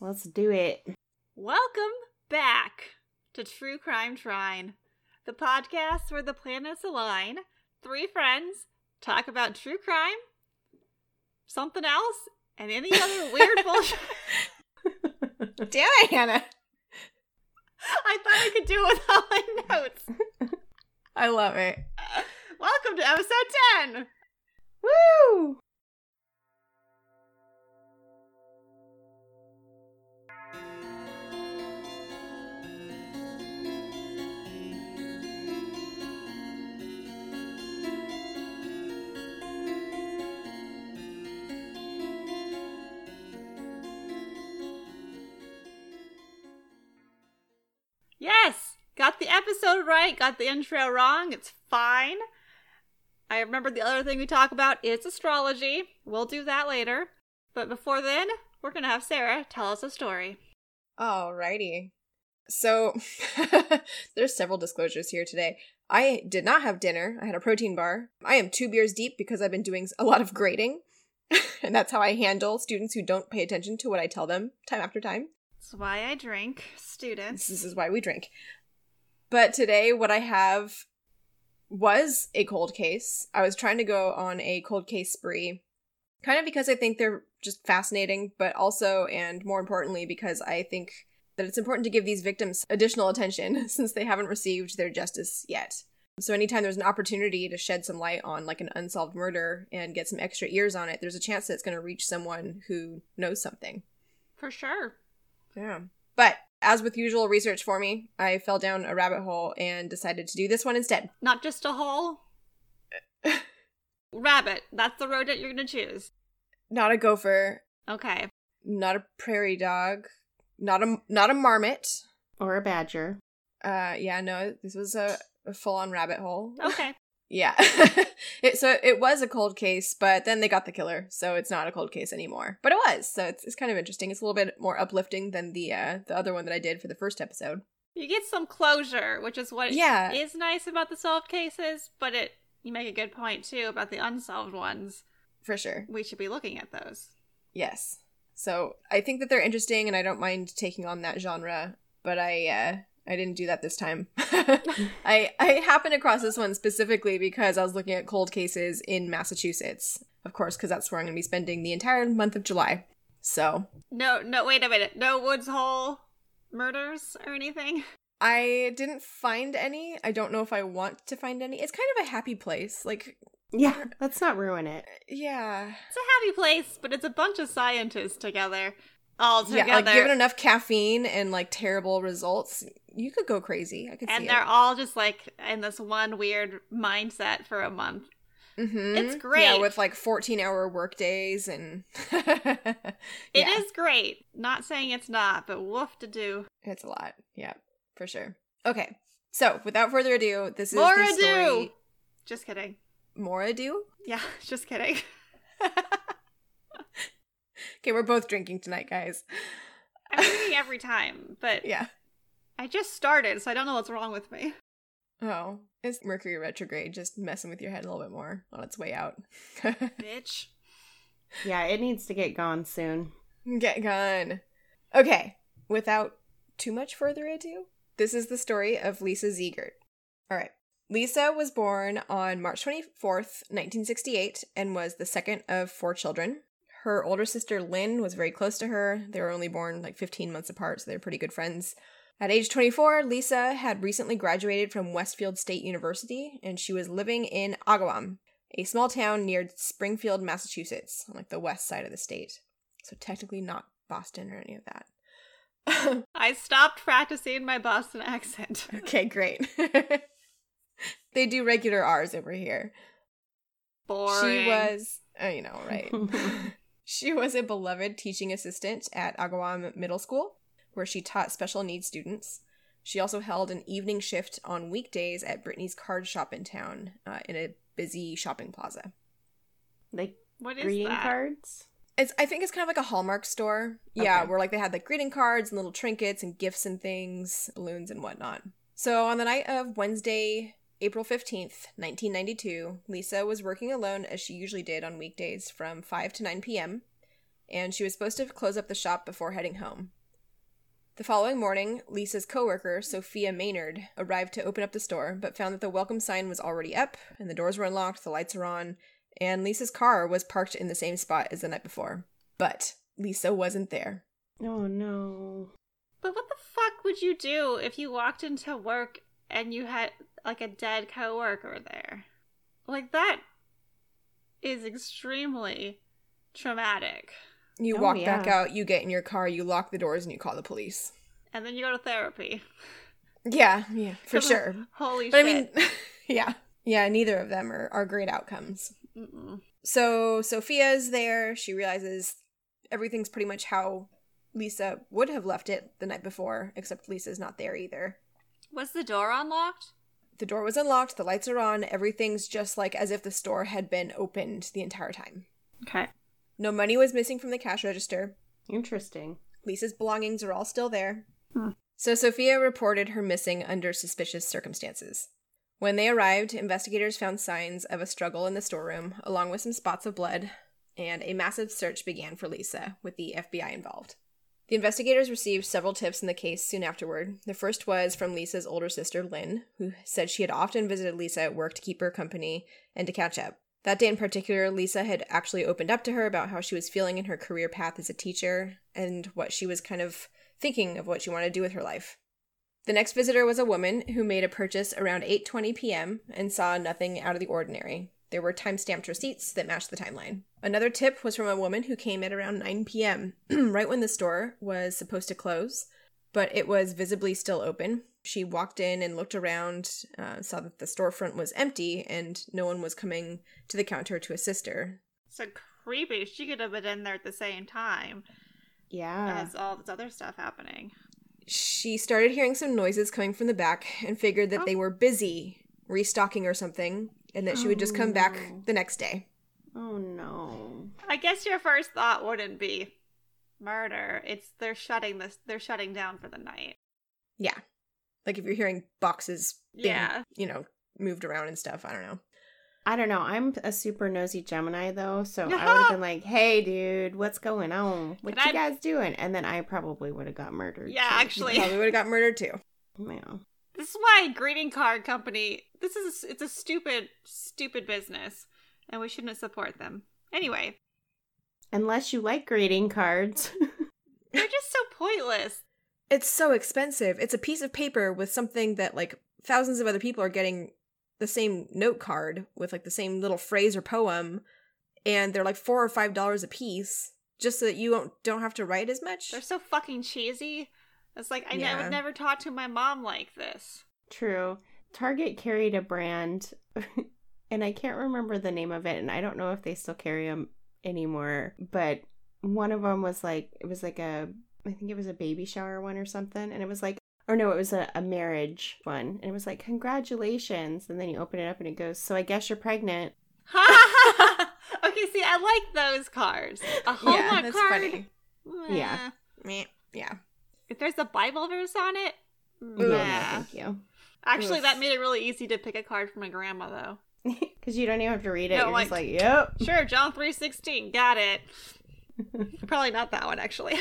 Let's do it. Welcome back to True Crime Trine, the podcast where the planets align. Three friends talk about true crime, something else, and any other weird bullshit. Damn it, Hannah. I thought I could do it without my notes. I love it. Welcome to episode 10. Woo! Yes, got the episode right, got the intro wrong. It's fine. I remember the other thing we talk about is astrology. We'll do that later. But before then, we're going to have Sarah tell us a story. Alrighty. So there's several disclosures here today. I did not have dinner. I had a protein bar. I am two beers deep because I've been doing a lot of grading. and that's how I handle students who don't pay attention to what I tell them time after time. That's why I drink, students. This is why we drink. But today, what I have was a cold case. I was trying to go on a cold case spree, kind of because I think they're just fascinating, but also, and more importantly, because I think that it's important to give these victims additional attention since they haven't received their justice yet. So, anytime there's an opportunity to shed some light on like an unsolved murder and get some extra ears on it, there's a chance that it's going to reach someone who knows something. For sure. Yeah. But as with usual research for me, I fell down a rabbit hole and decided to do this one instead. Not just a hole. Rabbit. That's the road that you're going to choose. Not a gopher, Okay. not a prairie dog, not a not a marmot. Or a badger. Uh, yeah, no, this was a, a full on rabbit hole. Oh. Okay. Yeah, it, so it was a cold case, but then they got the killer, so it's not a cold case anymore. But it was, so it's, it's kind of interesting. It's a little bit more uplifting than the uh, the other one that I did for the first episode. You get some closure, which is what Yeah. is nice about the solved cases, but it you make a good point too about the unsolved ones. For sure, We should be looking at those. yes. So I think that they're interesting, and I don't mind taking on that genre, but I uh, I didn't do that this time. I I happened across this one specifically because I was looking at cold cases in Massachusetts, of course, because that's where I'm going to be spending the entire month of July. So No, no, wait a minute. No Woods Hole murders or anything. I didn't find any. I don't know if I want to find any. It's kind of a happy place. Like, Yeah, let's not ruin it. yeah. It's a happy place, but it's a bunch of scientists together, all together, Yeah, like given enough caffeine and like terrible results, you could go crazy. I could and see they're it. all just like in this one weird mindset for a month. Mhm. it's great. Yeah, with like 14 hour work days and. It is Yeah. great. Not saying it's not, but woof to do. It's a lot. Yeah, for sure. Okay. So, without further ado, this is More the ado. story. Just kidding. More ado? Yeah, just kidding. Okay, we're both drinking tonight, guys. I'm reading every time, but Yeah. I just started, so I don't know what's wrong with me. Oh, it's Mercury retrograde just messing with your head a little bit more on its way out. Bitch. Yeah, it needs to get gone soon. Get gone. Okay, without too much further ado, this is the story of Lisa Ziegert. All right. Lisa was born on March 24th, 1968, and was the second of four children. Her older sister Lynn was very close to her. They were only born like 15 months apart, so they were pretty good friends. At age 24, Lisa had recently graduated from Westfield State University, and she was living in Agawam, a small town near Springfield, Massachusetts, on like the west side of the state. So technically not Boston or any of that. I stopped practicing my Boston accent. okay, great. they do regular R's over here. Boring. She was, oh, you know, right. she was a beloved teaching assistant at Agawam Middle School, where she taught special needs students. She also held an evening shift on weekdays at Brittany's card shop in town uh, in a busy shopping plaza. Like What is greeting that? cards? It's, I think it's kind of like a Hallmark store. Yeah, Okay. where like they had like greeting cards and little trinkets and gifts and things, balloons and whatnot. So on the night of Wednesday, April 15th, 1992, Lisa was working alone as she usually did on weekdays from 5 to 9 p.m. and she was supposed to close up the shop before heading home. The following morning, Lisa's coworker, Sophia Maynard, arrived to open up the store, but found that the welcome sign was already up, and the doors were unlocked, the lights were on, and Lisa's car was parked in the same spot as the night before. But Lisa wasn't there. Oh no. But what the fuck would you do if you walked into work and you had like a dead coworker there? Like that is extremely traumatic. You Oh, walk yeah. back out, you get in your car, you lock the doors, and you call the police. And then you go to therapy. Yeah, yeah, for Come on. sure. Holy But I mean, shit. yeah. Yeah, neither of them are, are great outcomes. Mm-mm. So Sophia's there. She realizes everything's pretty much how Lisa would have left it the night before, except Lisa's not there either. Was the door unlocked? The door was unlocked, the lights are on, everything's just like as if the store had been opened the entire time. Okay. No money was missing from the cash register. Interesting. Lisa's belongings are all still there. Hmm. So Sophia reported her missing under suspicious circumstances. When they arrived, investigators found signs of a struggle in the storeroom, along with some spots of blood, and a massive search began for Lisa, with the FBI involved. The investigators received several tips in the case soon afterward. The first was from Lisa's older sister, Lynn, who said she had often visited Lisa at work to keep her company and to catch up. That day in particular, Lisa had actually opened up to her about how she was feeling in her career path as a teacher and what she was kind of thinking of what she wanted to do with her life. The next visitor was a woman who made a purchase around 8:20 p.m. and saw nothing out of the ordinary. There were time-stamped receipts that matched the timeline. Another tip was from a woman who came at around 9 p.m., right when the store was supposed to close, but it was visibly still open. She walked in and looked around, uh, saw that the storefront was empty and no one was coming to the counter to assist her. So creepy. She could have been in there at the same time Yeah. Uh. as all this other stuff happening. She started hearing some noises coming from the back and figured that Oh. they were busy restocking or something and that she would just come back Oh. the next day. Oh no. I guess your first thought wouldn't be murder. It's they're shutting this they're shutting down for the night. Yeah. Like if you're hearing boxes being, Yeah. you know, moved around and stuff, I don't know. I don't know. I'm a super nosy Gemini though, so I would have been like, "Hey, dude, what's going on? What Can you I- guys doing?" And then I probably would have got murdered. Yeah, too. actually. You probably would have got murdered too. Yeah. This is why greeting card company. This is it's a stupid, stupid business, and we shouldn't support them. Anyway, Unless you like greeting cards. they're just so pointless. It's so expensive. It's a piece of paper with something that like thousands of other people are getting the same note card with like the same little phrase or poem and they're like 4 or 5 dollars a piece just so that you don't don't have to write as much. They're so fucking cheesy. It's like I, ne- I Yeah. would never talk to my mom like this. True. Target carried a brand, and I can't remember the name of it, and I don't know if they still carry them anymore. But one of them was like, it was like a, I think it was a baby shower one or something, and it was like, or no, it was a, a marriage one, and it was like, congratulations, and then you open it up and it goes, so I guess you're pregnant. okay, see, I like those cards. A Hallmark yeah, that's card. funny. Meh. Yeah. Meh. Yeah. If there's a Bible verse on it. Yeah, no, Nah. thank you. Actually, Oof. that made it really easy to pick a card from my grandma, though. Because you don't even have to read it. No, you're like- just like, yep. Sure, John three sixteen. Got it. Probably not that one actually.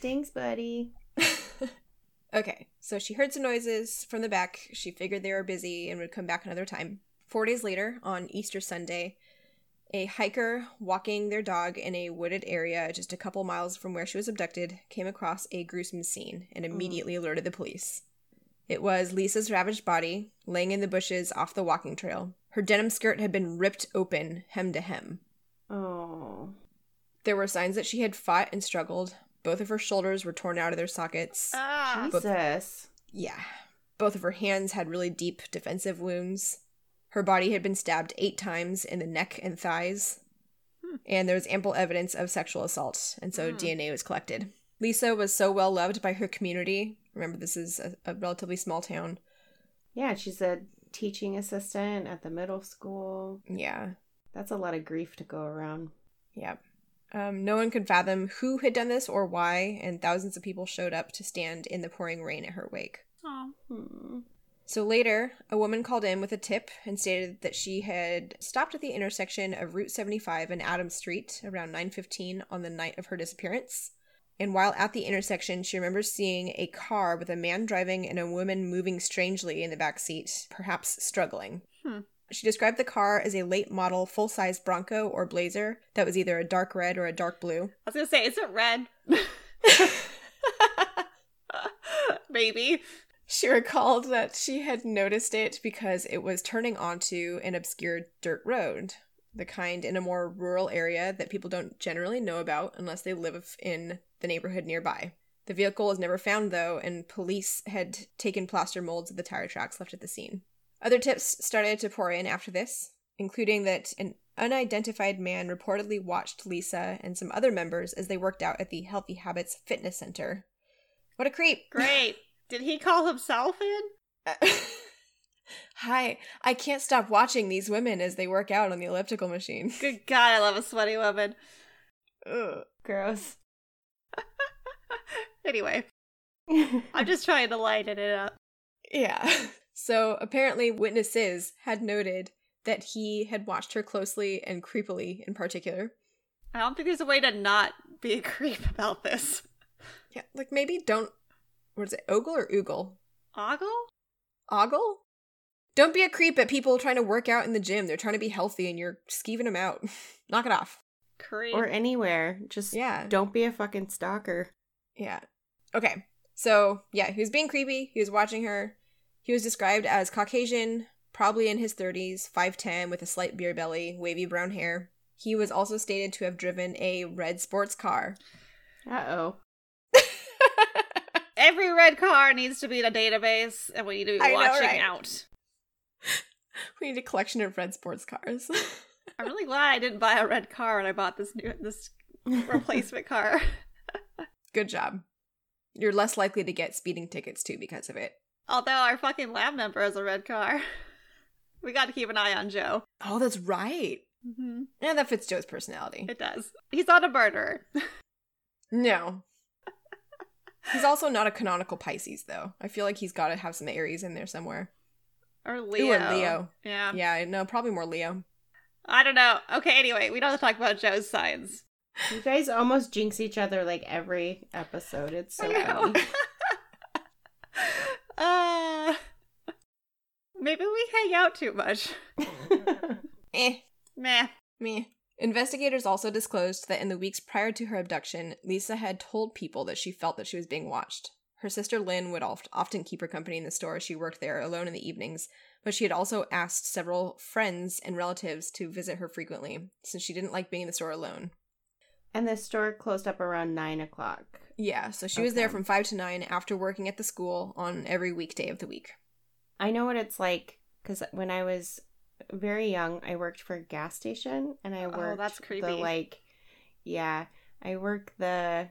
Thanks, buddy. okay, so she heard some noises from the back. She figured they were busy and would come back another time. Four days later, on Easter Sunday, a hiker walking their dog in a wooded area just a couple miles from where she was abducted came across a gruesome scene and immediately alerted the police. It was Lisa's ravaged body laying in the bushes off the walking trail. Her denim skirt had been ripped open, hem to hem. Oh. There were signs that she had fought and struggled. Both of her shoulders were torn out of their sockets. Ah, Jesus. Yeah. Both of her hands had really deep defensive wounds. Her body had been stabbed eight times in the neck and thighs. Hmm. And there was ample evidence of sexual assault, and so Hmm. DNA was collected. Lisa was so well loved by her community. Remember, this is a, a relatively small town. Yeah, she's a teaching assistant at the middle school. Yeah. That's a lot of grief to go around. Yep. Um, no one could fathom who had done this or why, and thousands of people showed up to stand in the pouring rain at her wake. Oh. Hmm. So later, a woman called in with a tip and stated that she had stopped at the intersection of Route 75 and Adams Street around 9:15 on the night of her disappearance. And while at the intersection, she remembers seeing a car with a man driving and a woman moving strangely in the back seat, perhaps struggling. Hmm. She described the car as a late model full-size Bronco or Blazer that was either a dark red or a dark blue. I was gonna say, is it red? Maybe. She recalled that she had noticed it because it was turning onto an obscure dirt road, the kind in a more rural area that people don't generally know about unless they live in the neighborhood nearby. The vehicle was never found, though, and police had taken plaster molds of the tire tracks left at the scene. Other tips started to pour in after this, including that an unidentified man reportedly watched Lisa and some other members as they worked out at the Healthy Habits Fitness Center. What a creep! Great. Did he call himself in? Hi, I can't stop watching these women as they work out on the elliptical machine. Good God, I love a sweaty woman. Ugh. Gross. Anyway, I'm just trying to lighten it up. Yeah. So apparently, witnesses had noted that he had watched her closely and creepily in particular. I don't think there's a way to not be a creep about this. Yeah, like maybe don't. What is it, ogle or oogle? Ogle? Ogle? Don't be a creep at people trying to work out in the gym. They're trying to be healthy and you're skeeving them out. Knock it off. Creep. or anywhere. Just Yeah. don't be a fucking stalker. Yeah. Okay. So, yeah, he was being creepy. He was watching her. He was described as Caucasian, probably in his 30s, 5'10, with a slight beer belly, wavy brown hair. He was also stated to have driven a red sports car. Uh oh. Every red car needs to be in a database, and we need to be I know, watching right? out. we need a collection of red sports cars. I'm really glad I didn't buy a red car when I bought this new this replacement car. Good job. You're less likely to get speeding tickets too because of it. Although our fucking lab member has a red car. We got to keep an eye on Joe. Oh, that's right. Mm-hmm. Yeah, that fits Joe's personality. It does. He's not a murderer. No. He's also not a canonical Pisces, though. I feel like he's got to have some Aries in there somewhere. Or Leo. Ooh, and Leo. Yeah. Yeah, no, probably more Leo. I don't know. Okay, anyway, we don't have to talk about Joe's signs. You guys almost jinx each other like every episode. It's so I know. uh, funny. maybe we hang out too much. Eh, Meh. me. Investigators also disclosed that in the weeks prior to her abduction, Lisa had told people that she felt that she was being watched. Her sister Lynn would oft- often keep her company in the store as she worked there alone in the evenings, but she had also asked several friends and relatives to visit her frequently, since she didn't like being in the store alone. and the store closed up around nine o'clock. Yeah, so she was there Okay. from 5 to 9 after working at the school on every weekday of the week. I know what it's like because when I was very young, I worked for a gas station and I Oh, worked that's creepy. the like, yeah, I worked the,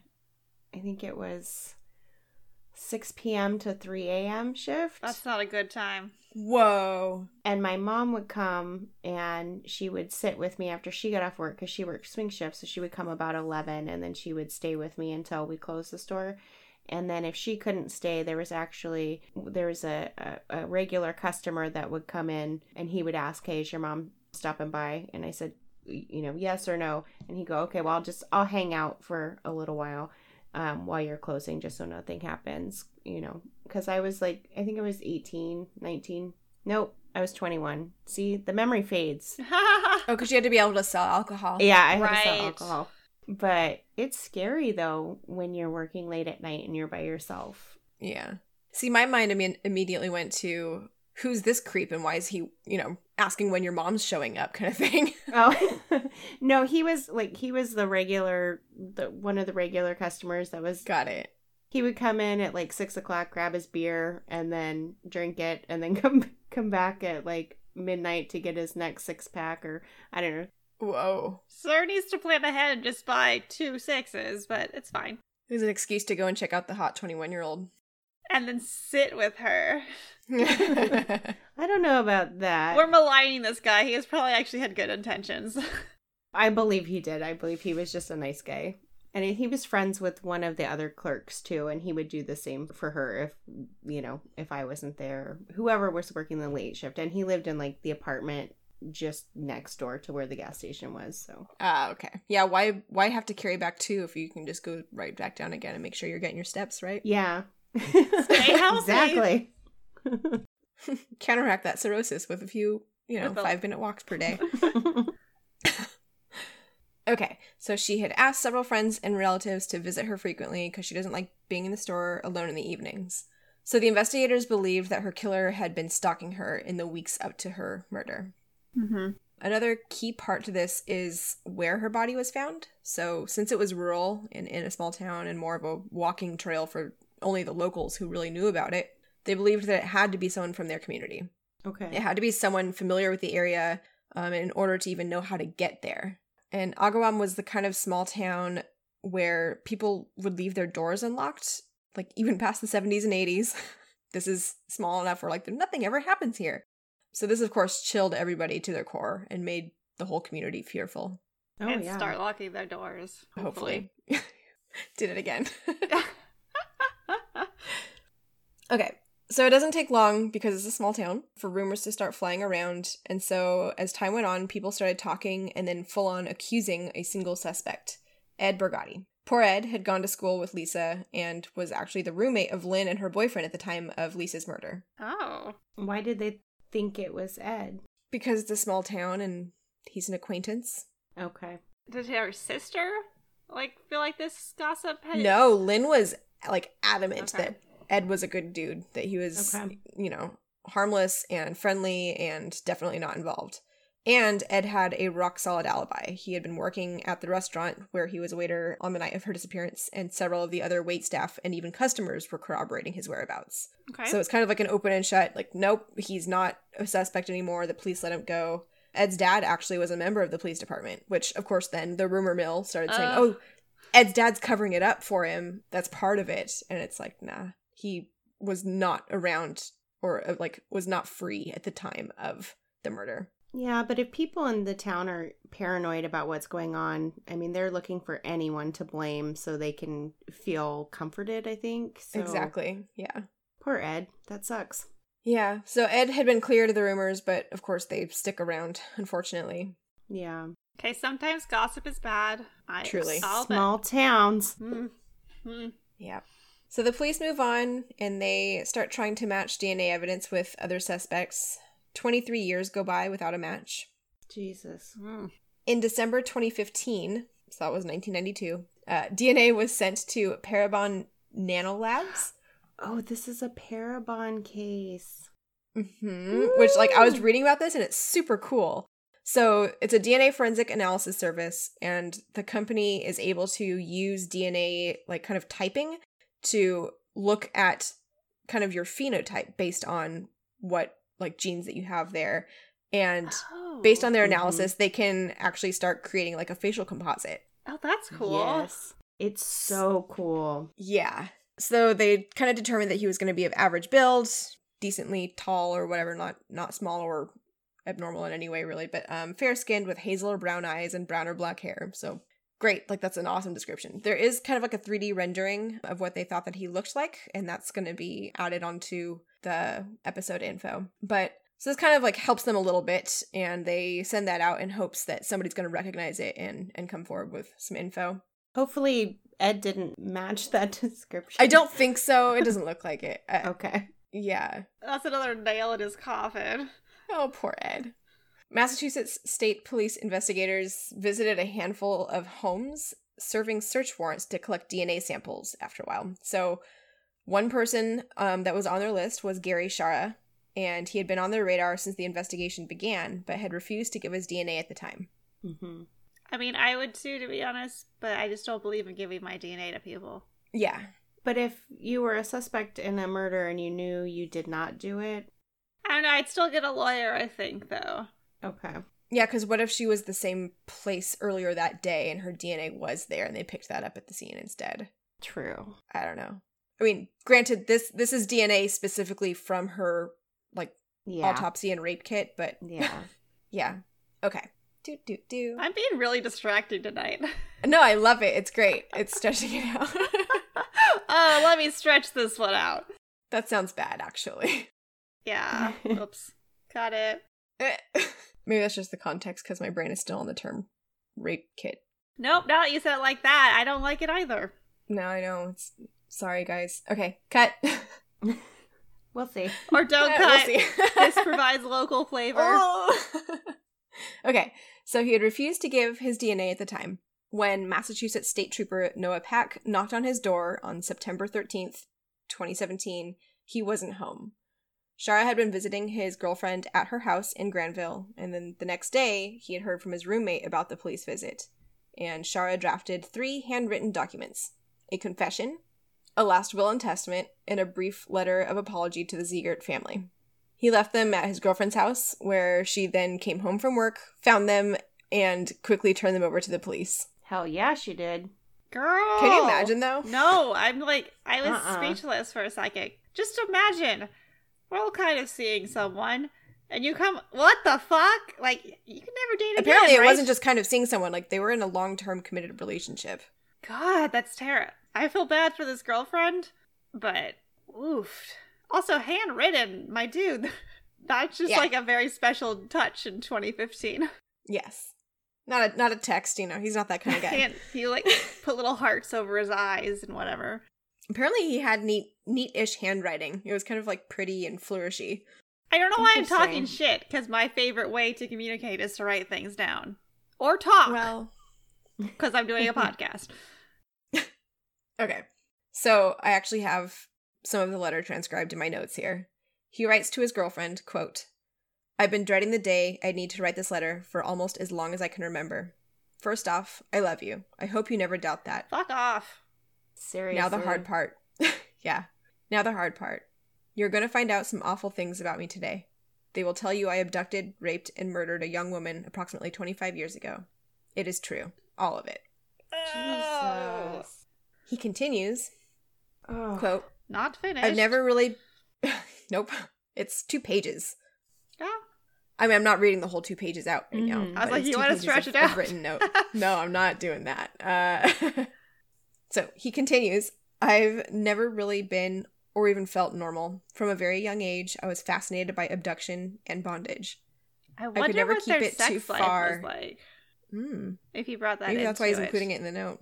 I think it was 6 p.m. to 3 a.m. shift. That's not a good time. Whoa. and my mom would come and she would sit with me after she got off work because she worked swing shift so she would come about 11 and then she would stay with me until we closed the store and then if she couldn't stay there was actually there was a, a, a regular customer that would come in and he would ask hey is your mom stopping by and i said you know yes or no and he'd go okay well i'll just i'll hang out for a little while um, while you're closing just so nothing happens you know because i was like i think i was 18 19 Nope, I was 21. See, the memory fades. Oh, because you had to be able to sell alcohol. Yeah, I had to Right. sell alcohol. But it's scary though when you're working late at night and you're by yourself. Yeah. See, my mind imme- immediately went to who's this creep and why is he, you know, asking when your mom's showing up kind of thing. Oh, no, he was like he was the regular, the one of the regular customers that was. Got it. He would come in at like six o'clock, grab his beer, and then drink it, and then come come back at like midnight to get his next six pack or I don't know. Whoa. Sir needs to plan ahead and just buy two sixes, but it's fine. It was an excuse to go and check out the hot 21 year old. And then sit with her. I don't know about that. We're maligning this guy. He has probably actually had good intentions. I believe he did. I believe he was just a nice guy. And he was friends with one of the other clerks too, and he would do the same for her if, you know, if I wasn't there, whoever was working the late shift. And he lived in like the apartment just next door to where the gas station was. So Ah, okay. Yeah, why why have to carry back two if you can just go right back down again and make sure you're getting your steps right? yeah, healthy. exactly. Counteract that cirrhosis with a few, you know, With a- five minute walks per day. Okay, so she had asked several friends and relatives to visit her frequently because she doesn't like being in the store alone in the evenings. So the investigators believed that her killer had been stalking her in the weeks up to her murder. Mm-hmm. Another key part to this is where her body was found. So, since it was rural and in a small town and more of a walking trail for only the locals who really knew about it, they believed that it had to be someone from their community. okay. It had to be someone familiar with the area um, in order to even know how to get there. And Agawam was the kind of small town where people would leave their doors unlocked, like even past the 70s and 80s. this is small enough where like nothing ever happens here. So this of course chilled everybody to their core and made the whole community fearful. Oh and yeah. start locking their doors. Hopefully. Did it again. hopefully. Okay. So it doesn't take long because it's a small town for rumors to start flying around. And so as time went on, people started talking and then full on accusing a single suspect, Ed Bergatti. Poor Ed had gone to school with Lisa and was actually the roommate of Lynn and her boyfriend at the time of Lisa's murder. oh. Why did they think it was Ed? Because it's a small town and he's an acquaintance. Okay. Did her sister like feel like this gossip had No, Lynn was like adamant Okay. that Ed was a good dude, that he was, Okay. you know, harmless and friendly and definitely not involved. And Ed had a rock solid alibi. He had been working at the restaurant where he was a waiter on the night of her disappearance, and several of the other wait staff and even customers were corroborating his whereabouts. Okay. So it's kind of like an open and shut, like, nope, he's not a suspect anymore. The police let him go. Ed's dad actually was a member of the police department, which, of course, then the rumor mill started saying, Ugh. oh, Ed's dad's covering it up for him. That's part of it. And it's like, nah, he was not around or uh, like was not free at the time of the murder. Yeah, but if people in the town are paranoid about what's going on, I mean, they're looking for anyone to blame so they can feel comforted, I think. So, Exactly. Yeah. Poor Ed. That sucks. Yeah. So Ed had been cleared of the rumors, but of course they stick around, unfortunately. Yeah. okay, sometimes gossip is bad. I Truly. I'll bet. Small towns. Mm. Mm. Yeah. So the police move on and they start trying to match DNA evidence with other suspects. 23 years go by without a match. Jesus. Mm. In December 2015, so that was 1992, uh, DNA was sent to Parabon Nanolabs, Oh, this is a Parabon case. hmm which, like, I was Ooh. reading about this and it's super cool. So it's a DNA forensic analysis service, and the company is able to use DNA, like, kind of typing to look at kind of your phenotype based on what, like, genes that you have there. And Oh. based on their Mhm. analysis, they can actually start creating, like, a facial composite. Oh, that's cool. Yes. It's so cool. Yeah. So they kind of determined that he was going to be of average build, decently tall or whatever, not not small or abnormal in any way really, but um fair skinned with hazel or brown eyes and brown or black hair. So great, like that's an awesome description. There is kind of like a 3D rendering of what they thought that he looked like, and that's going to be added onto the episode info. But so this kind of like helps them a little bit, and they send that out in hopes that somebody's going to recognize it and and come forward with some info. Hopefully, Ed didn't match that description. I don't think so. It doesn't look like it. Uh, Okay. Yeah. That's another nail in his coffin. Oh, poor Ed. Massachusetts state police investigators visited a handful of homes serving search warrants to collect DNA samples after a while. So, one person um, that was on their list was Gary Shara, and he had been on their radar since the investigation began, but had refused to give his DNA at the time. Mm-hmm. I mean, I would too, to be honest, but I just don't believe in giving my DNA to people. Yeah. But if you were a suspect in a murder and you knew you did not do it, I don't know. I'd still get a lawyer, I think, though. okay. Yeah, because what if she was the same place earlier that day and her DNA was there and they picked that up at the scene instead? True. I don't know. I mean, granted, this this is DNA specifically from her Yeah. autopsy and rape kit, but Yeah. yeah. Okay. Do do do. I'm being really distracting tonight. No, I love it. It's great. It's stretching it out. oh, let me stretch this one out. that sounds bad, actually. Yeah. Oops. Got it. Eh. Maybe that's just the context because my brain is still on the term rape kit. Nope, now that you said it like that, I don't like it either. No, I know. It's sorry, guys. Okay, cut. We'll see. Or don't We'll cut. see. this provides local flavor. Oh. okay, so he had refused to give his DNA at the time when Massachusetts State Trooper Noah Pack knocked on his door on September 13th, 2017. He wasn't home. Shara had been visiting his girlfriend at her house in Granville, and then the next day he had heard from his roommate about the police visit. And Shara drafted three handwritten documents a confession, a last will and testament, and a brief letter of apology to the Ziegert family. He left them at his girlfriend's house, where she then came home from work, found them, and quickly turned them over to the police. Hell yeah, she did. Girl. Can you imagine, though? No, I'm like, I was Uh-uh. speechless for a second. Just imagine, we're all kind of seeing someone, and you come, what the fuck? Like, you can never date again. Apparently, it right? wasn't just kind of seeing someone, like, they were in a long term committed relationship. God, that's terrible. I feel bad for this girlfriend, but oof. Also, handwritten, my dude. That's just Yeah. like a very special touch in 2015. Yes. Not a, not a text, you know, he's not that kind of guy. Hand- he like put little hearts over his eyes and whatever. Apparently, he had neat, neat ish handwriting. It was kind of like pretty and flourishy. I don't know why I'm talking Interesting. shit because my favorite way to communicate is to write things down or talk. Well, because I'm doing a podcast. Okay. So I actually have some of the letter transcribed in my notes here. He writes to his girlfriend, quote, I've been dreading the day I'd need to write this letter for almost as long as I can remember. First off, I love you. I hope you never doubt that. Fuck off. Seriously. Now the hard part. yeah. Now the hard part. You're going to find out some awful things about me today. They will tell you I abducted, raped, and murdered a young woman approximately 25 years ago. It is true. All of it. Oh. Jesus. He continues, Oh. quote, Not finished. I've never really. nope. It's two pages. Yeah. I mean, I'm not reading the whole two pages out right now. Mhm. Mm-hmm. I was but like, it's you two wanna pages stretch of- it of out? Written note. no, I'm not doing that. Uh, so he continues. I've never really been or even felt normal. From a very young age, I was fascinated by abduction and bondage. I could wonder never what keep their it sex too life far. was like. Hmm. If he brought that, Maybe that's why he's into including it in the note.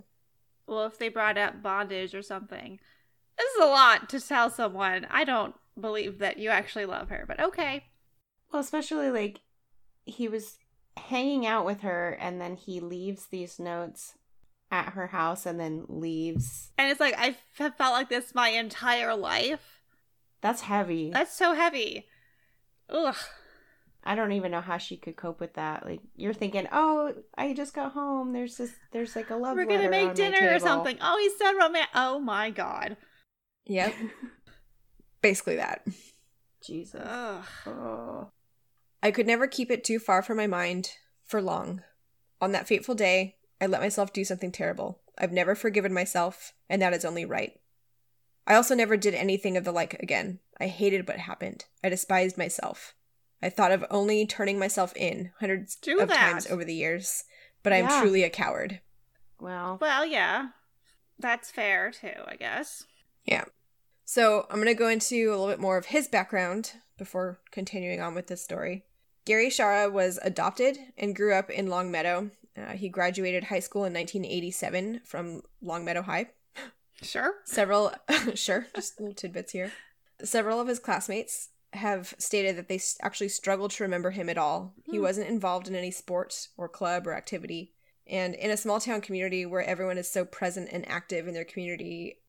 Well, if they brought up bondage or something, this is a lot to tell someone. I don't believe that you actually love her, but okay. Well, especially like he was hanging out with her and then he leaves these notes at her house and then leaves. And it's like I have felt like this my entire life. That's heavy. That's so heavy. Ugh. I don't even know how she could cope with that. Like you're thinking, "Oh, I just got home. There's this there's like a love We're gonna letter on make my dinner or table." something. Oh, he's so romantic. Oh my god. Yep. Basically that. Jesus. Ugh. Oh. I could never keep it too far from my mind for long. On that fateful day, I let myself do something terrible. I've never forgiven myself, and that is only right. I also never did anything of the like again. I hated what happened. I despised myself. I thought of only turning myself in hundreds Do of that. times over the years, but I am Yeah. truly a coward. Well, Well, yeah. That's fair too, I guess. So I'm going to go into a little bit more of his background before continuing on with this story. Gary Shara was adopted and grew up in Longmeadow. Uh, he graduated high school in 1987 from Longmeadow High. Sure. Several, sure, just little tidbits here. Several of his classmates have stated that they s- actually struggled to remember him at all. He Hmm. wasn't involved in any sport or club or activity. And in a small town community where everyone is so present and active in their community,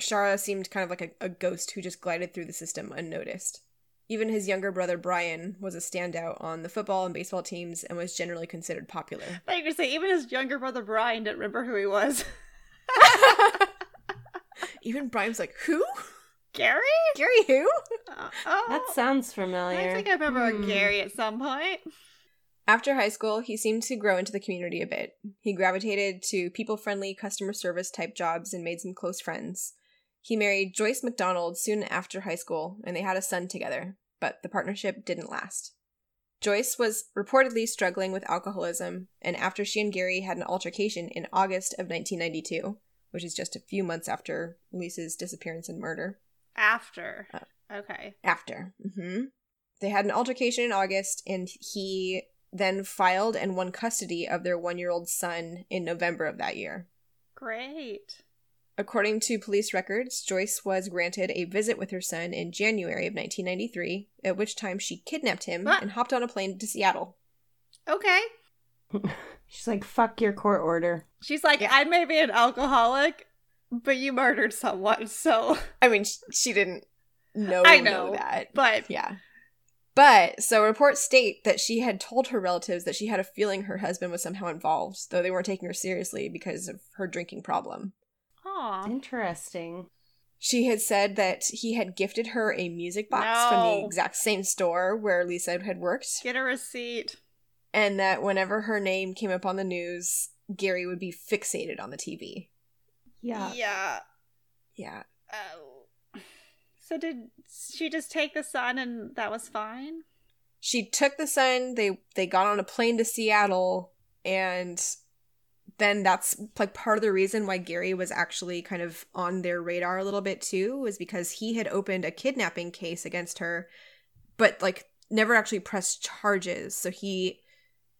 Shara seemed kind of like a, a ghost who just glided through the system unnoticed. Even his younger brother Brian was a standout on the football and baseball teams and was generally considered popular. I could say even his younger brother Brian didn't remember who he was. Even Brian's like, Who? Gary? Gary, who? Uh, oh, that sounds I familiar. think I remember Hmm. Gary at some point. After high school, he seemed to grow into the community a bit. He gravitated to people friendly customer service type jobs and made some close friends. He married Joyce McDonald soon after high school, and they had a son together, but the partnership didn't last. Joyce was reportedly struggling with alcoholism, and after she and Gary had an altercation in August of 1992, which is just a few months after Lisa's disappearance and murder. After. Okay. After. hmm They had an altercation in August, and he then filed and won custody of their one year old son in November of that year. Great. According to police records, Joyce was granted a visit with her son in January of 1993, at which time she kidnapped him Ah. and hopped on a plane to Seattle. Okay. She's like, fuck your court order. She's like, Yeah. I may be an alcoholic, but you murdered someone, so. I mean, sh- she didn't know, I know know. that. But Yeah. But so reports state that she had told her relatives that she had a feeling her husband was somehow involved, though they weren't taking her seriously because of her drinking problem. Aw. Interesting. She had said that he had gifted her a music box from the No. exact same store where Lisa had worked. Get a receipt. and that whenever her name came up on the news, Gary would be fixated on the TV. Yeah. Yeah. Yeah. Oh. So did she just take the son and that was fine? She took the son, they they got on a plane to Seattle and then that's like part of the reason why Gary was actually kind of on their radar a little bit too was because he had opened a kidnapping case against her but like never actually pressed charges. So he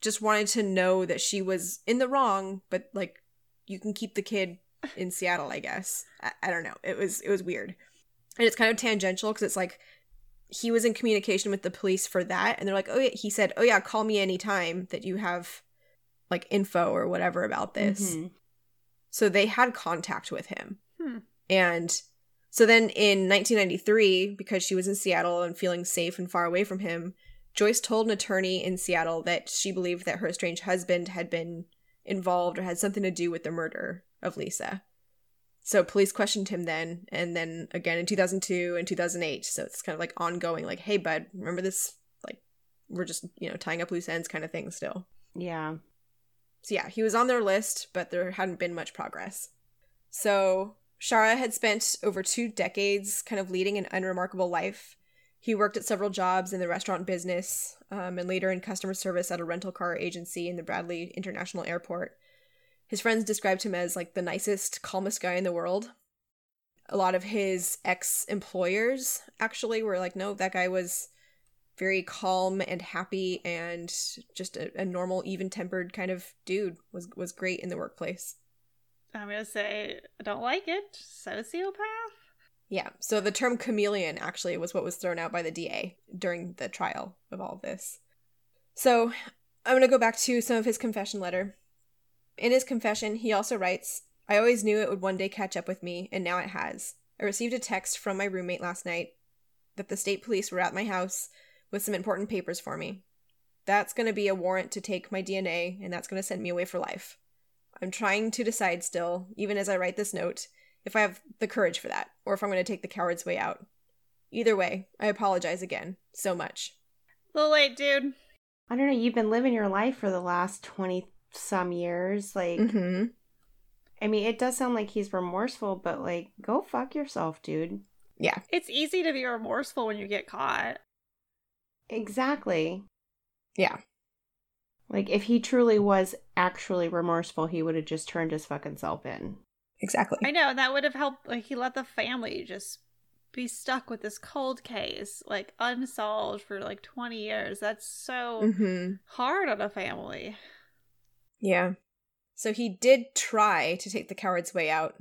just wanted to know that she was in the wrong, but like you can keep the kid in Seattle, I guess. I, I don't know. It was it was weird, and it's kind of tangential because it's like he was in communication with the police for that, and they're like, oh yeah, he said, oh yeah, call me anytime that you have like info or whatever about this. Mhm. So they had contact with him. Hmm. And so then in 1993, because she was in Seattle and feeling safe and far away from him, Joyce told an attorney in Seattle that she believed that her estranged husband had been involved or had something to do with the murder of Lisa. So police questioned him then, and then again in 2002 and 2008. So it's kind of like ongoing, like, hey, bud, remember this? Like, we're just, you know, tying up loose ends kind of thing still. Yeah. So yeah, he was on their list, but there hadn't been much progress. So Shara had spent over two decades kind of leading an unremarkable life. He worked at several jobs in the restaurant business um, and later in customer service at a rental car agency in the Bradley International Airport. His friends described him as like the nicest, calmest guy in the world. A lot of his ex employers actually were like, no, that guy was very calm and happy and just a, a normal, even tempered kind of dude was was great in the workplace. I'm gonna say I don't like it. Sociopath? Yeah. So the term chameleon actually was what was thrown out by the DA during the trial of all of this. So I'm going to go back to some of his confession letter. In his confession, he also writes I always knew it would one day catch up with me, and now it has. I received a text from my roommate last night that the state police were at my house with some important papers for me. That's going to be a warrant to take my DNA, and that's going to send me away for life. I'm trying to decide still, even as I write this note, if I have the courage for that, or if I'm going to take the coward's way out. Either way, I apologize again so much. Little late, dude. I don't know. You've been living your life for the last 20 some years. Like, Mm-hmm. I mean, it does sound like he's remorseful, but like, go fuck yourself, dude. It's easy to be remorseful when you get caught. Exactly. Yeah. Like, if he truly was actually remorseful, he would have just turned his fucking self in. Exactly. I know, and that would have helped like he let the family just be stuck with this cold case, like unsolved for like twenty years. That's so Mm-hmm. hard on a family. Yeah. So he did try to take the coward's way out,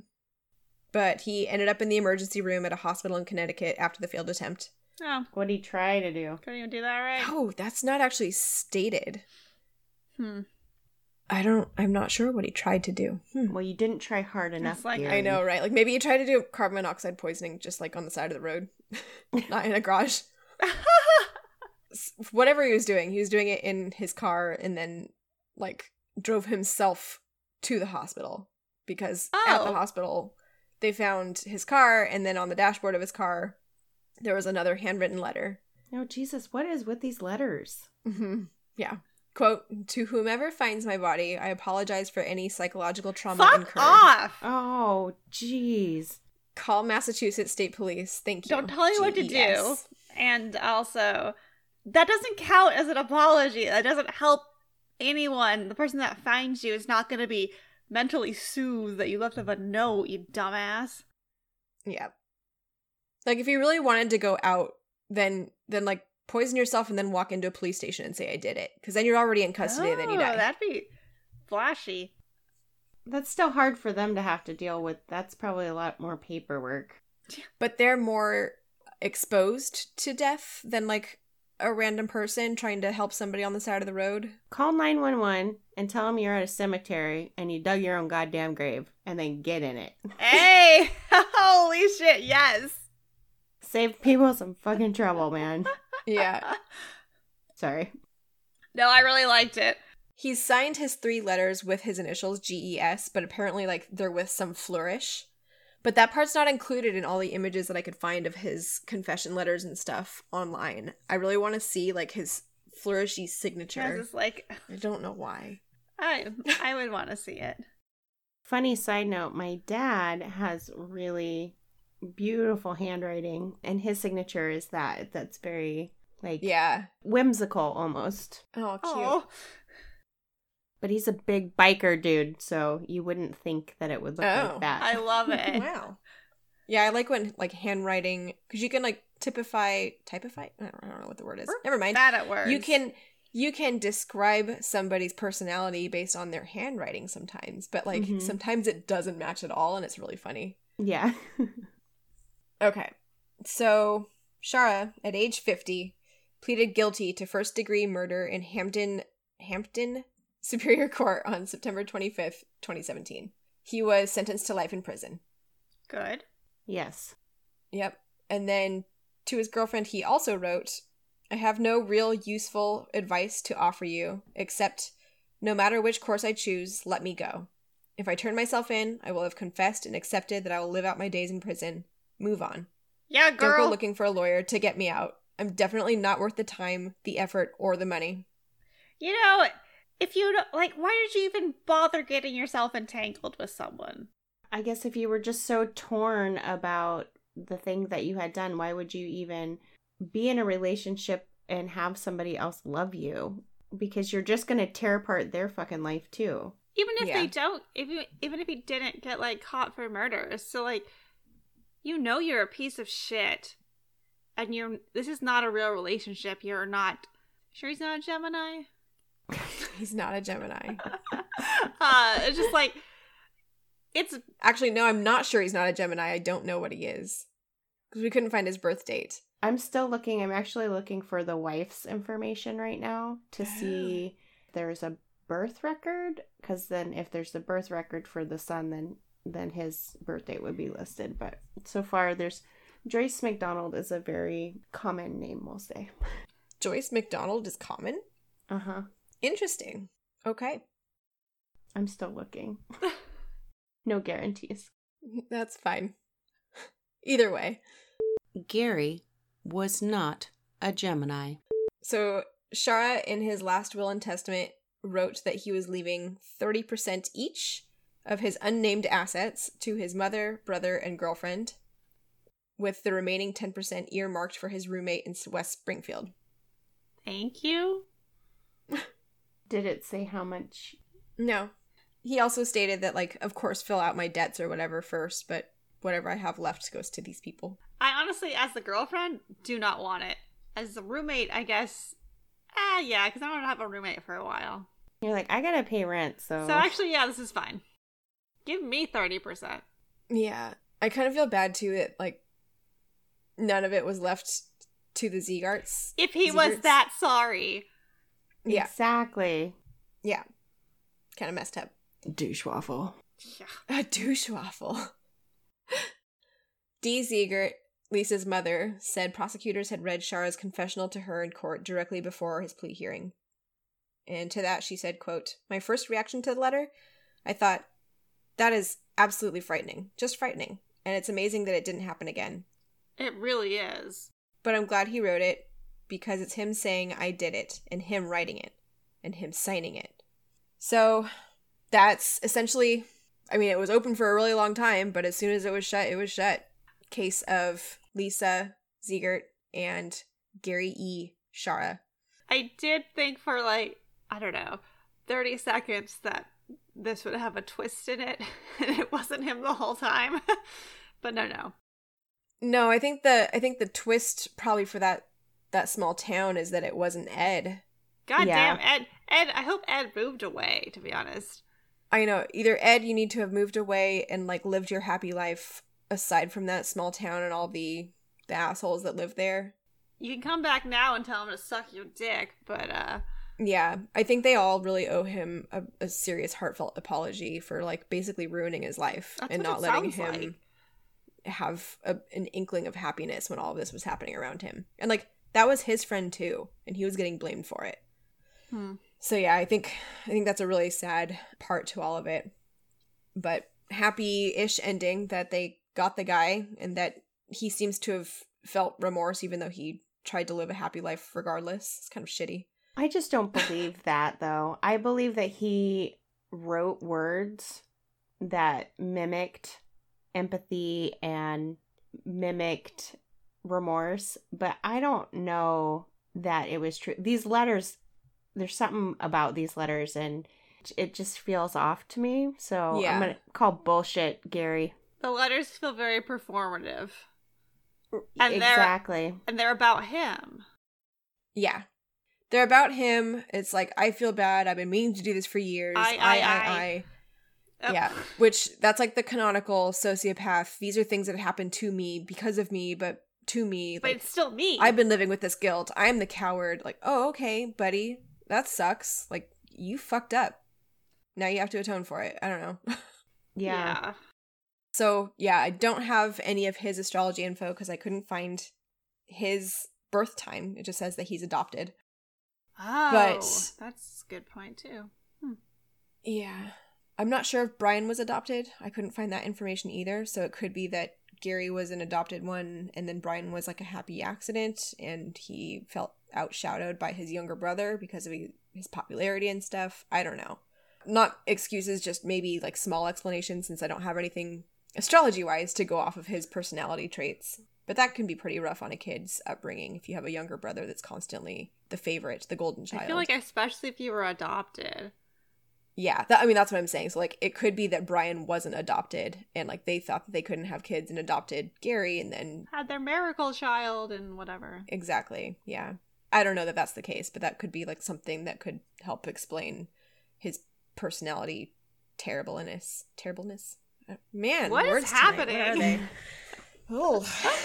but he ended up in the emergency room at a hospital in Connecticut after the failed attempt. Oh, What'd he try to do? couldn't even do that right. Oh, that's not actually stated. Hmm. I don't. I'm not sure what he tried to do. Hmm. Well, you didn't try hard enough. It's like, Gary. I know, right? Like maybe he tried to do carbon monoxide poisoning, just like on the side of the road, not in a garage. s- whatever he was doing, he was doing it in his car and then like drove himself to the hospital because at the Oh. hospital they found his car and then on the dashboard of his car there was another handwritten letter. No, Jesus, what is with these letters? hmm Yeah. Quote, to whomever finds my body, I apologize for any psychological trauma Fuck incurred. off! Oh, jeez. Call Massachusetts State Police. Thank you. E Don't tell me what to do. GES. And also, that doesn't count as an apology. That doesn't help anyone. The person that finds you is not going to be mentally soothed that you left them a note, you dumbass. Yeah. Like if you really wanted to go out, then then like poison yourself and then walk into a police station and say I did it, because then you're already in custody. then you Oh, die. That'd be flashy. That's still hard for them to have to deal with. That's probably a lot more paperwork. but they're more exposed to death than like a random person trying to help somebody on the side of the road. Call 911 and tell them you're at a cemetery and you dug your own goddamn grave and then get in it. Hey, holy shit! Yes. Save people some fucking trouble, man. Yeah. Sorry. No, I really liked it. He signed his three letters with his initials GES, but apparently, like, they're with some flourish. But that part's not included in all the images that I could find of his confession letters and stuff online. I really want to see, like, his flourishy I signature. was just like, I don't know why. I, I would want to see it. Funny side note my dad has really beautiful handwriting, and his signature is that. That's very, like, Yeah. whimsical almost. Oh, cute. Oh, But he's a big biker dude, so you wouldn't think that it would look Oh. like that. I love it. Wow. Yeah, I like when, like, handwriting, because you can, like, typify, typify? I don't, I don't know what the word is. We're Never mind. Bad at words. you can you can describe somebody's personality based on their handwriting sometimes but like Mhm. sometimes it doesn't match at all and it's really funny yeah. okay so shara at age 50 pleaded guilty to first degree murder in hampton hampton superior court on september 25th 2017 he was sentenced to life in prison Good. yes. Yep. And then to his girlfriend, he also wrote, I have no real useful advice to offer you, except no matter which course I choose, let me go. If I turn myself in, I will have confessed and accepted that I will live out my days in prison. Move on. Yeah, Don't girl. go looking for a lawyer to get me out. I'm definitely not worth the time, the effort, or the money. you know, if you don't, like, why did you even bother getting yourself entangled with someone? I guess if you were just so torn about the thing that you had done, why would you even be in a relationship and have somebody else love you? Because you're just going to tear apart their fucking life too. Even if Yeah. they don't, if you, even if he didn't get like caught for murder, so like, you know, you're a piece of shit, and you're. This is not a real relationship. You're not. Sure, he's not a Gemini. He's not a Gemini. uh, it's just like it's Actually, no, I'm not sure he's not a Gemini. I don't know what he is. Because we couldn't find his birth date. I'm still looking, I'm actually looking for the wife's information right now to see if there's a birth record because then if there's a birth record for the son then then his birth date would be listed but so far there's joyce mcdonald is a very common name we'll say Joyce McDonald is common. uh-huh Interesting. Okay. I'm still looking. no guarantees. That's fine. Either way. Gary was not a Gemini. So, Shara, in his last will and testament, wrote that he was leaving 30% each of his unnamed assets to his mother, brother, and girlfriend, with the remaining 10% earmarked for his roommate in West Springfield. thank you. Did it say how much? No. He also stated that, like, of course, fill out my debts or whatever first, but whatever I have left goes to these people. I honestly, as the girlfriend, do not want it. As a roommate, I guess. Ah, yeah, because I don't have a roommate for a while. You're like, I gotta pay rent, so. So actually, yeah, this is fine. Give me thirty percent. Yeah. I kind of feel bad too that like none of it was left to the Zegarts. If he was Zegarts. that sorry, Yeah. Exactly. Yeah. Kind of messed up. Douchewaffle. yeah. A douche waffle. Dee Zegert, Lisa's mother, said prosecutors had read Shara's confessional to her in court directly before his plea hearing. And to that she said, quote, My first reaction to the letter, I thought, that is absolutely frightening. Just frightening. And it's amazing that it didn't happen again. it really is. But I'm glad he wrote it because it's him saying I did it and him writing it and him signing it. So that's essentially I mean it was open for a really long time, but as soon as it was shut, it was shut. Case of Lisa Ziegert and Gary E. Shara. I did think for like, I don't know, 30 seconds that this would have a twist in it and it wasn't him the whole time. but no, no. No, I think the I think the twist probably for that that small town is that it wasn't Ed. God Yeah. damn, Ed. Ed, I hope Ed moved away, to be honest. I know either Ed, you need to have moved away and like lived your happy life aside from that small town and all the the assholes that live there. You can come back now and tell him to suck your dick, but uh Yeah, I think they all really owe him a, a serious heartfelt apology for like basically ruining his life That's and what not it letting sounds him have a, an inkling of happiness when all of this was happening around him. And like that was his friend too, and he was getting blamed for it. hmm. So yeah, I think I think that's a really sad part to all of it. But happy-ish ending that they got the guy and that he seems to have felt remorse even though he tried to live a happy life regardless. It's kind of shitty. I just don't believe that though. I believe that he wrote words that mimicked empathy and mimicked remorse, but I don't know that it was true. These letters, there's something about these letters and it just feels off to me. So Yeah. I'm going to call bullshit, Gary. the letters feel very performative. And they're- exactly. And they're about him. Yeah. They're about him. It's like I feel bad. I've been meaning to do this for years. I, I, I. Oh. Yeah, which that's like the canonical sociopath. These are things that happened to me because of me, but to me, But like, it's still me. I've been living with this guilt. I'm the coward. Like, oh, okay, buddy, that sucks. Like, you fucked up. Now you have to atone for it. I don't know. yeah. So, yeah, I don't have any of his astrology info because I couldn't find his birth time. It just says that he's adopted. Oh, But- that's a good point too. Yeah. I'm not sure if Brian was adopted. I couldn't find that information either. So it could be that Gary was an adopted one and then Brian was like a happy accident and he felt outshadowed by his younger brother because of his popularity and stuff. I don't know. Not excuses, just maybe like small explanations since I don't have anything astrology wise to go off of his personality traits. But that can be pretty rough on a kid's upbringing if you have a younger brother that's constantly the favorite, the golden child. I feel like, especially if you were adopted. Yeah, that, I mean that's what I'm saying. So like it could be that Brian wasn't adopted and like they thought that they couldn't have kids and adopted Gary and then had their miracle child and whatever. exactly. Yeah. I don't know that that's the case, but that could be like something that could help explain his personality terribleness. Terribleness. Uh, Man, What is words tonight. What happening? are they? oh,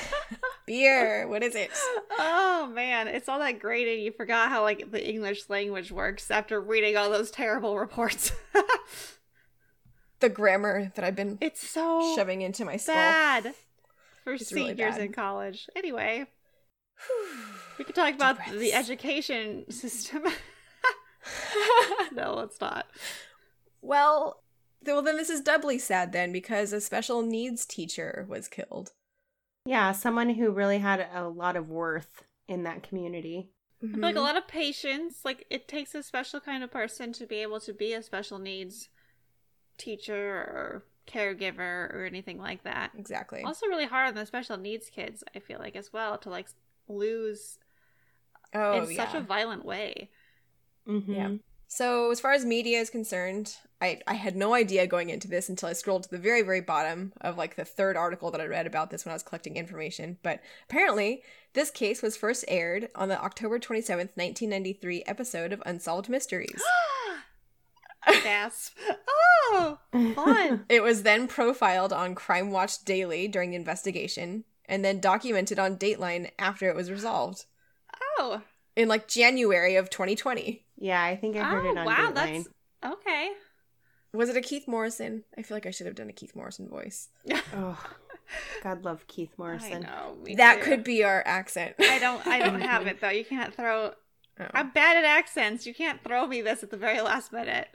beer. What is it? oh man, it's all that great and you forgot how like the English language works after reading all those terrible reports. The grammar that I've been it's so shoving into my skull. bad for It's really seniors bad. in college. Anyway, we Whew. could talk about breaths. the education system. no, let's not. Well, th- well, then this is doubly sad then because a special needs teacher was killed. Yeah. Someone who really had a lot of worth in that I feel community. like a Mm-hmm. lot of patience. Like it takes a special kind of person to be able to be a special needs teacher or caregiver or anything like that. Exactly. Also, really hard on the special needs kids. I feel like as well to like lose oh, in yeah. such a violent way. Mm-hmm. Yeah. so as far as media is concerned, I I had no idea going into this until I scrolled to the very very bottom of like the third article that I read about this when I was collecting information. But apparently, this case was first aired on the October twenty seventh, nineteen ninety three episode of Unsolved Mysteries. Gasp! Oh, fun. It was then profiled on Crime Watch Daily during the investigation and then documented on Dateline after it was resolved Oh, in like January of 2020. Yeah, I think I heard oh, it on wow, Dateline. that's okay. Was it a Keith Morrison? I feel like I should have done a Keith Morrison voice. Oh, God love Keith I Morrison. know me that too. could be our accent. I don't. I don't have it though. You can't throw. Oh. I'm bad at accents. You can't throw me this at the very last minute.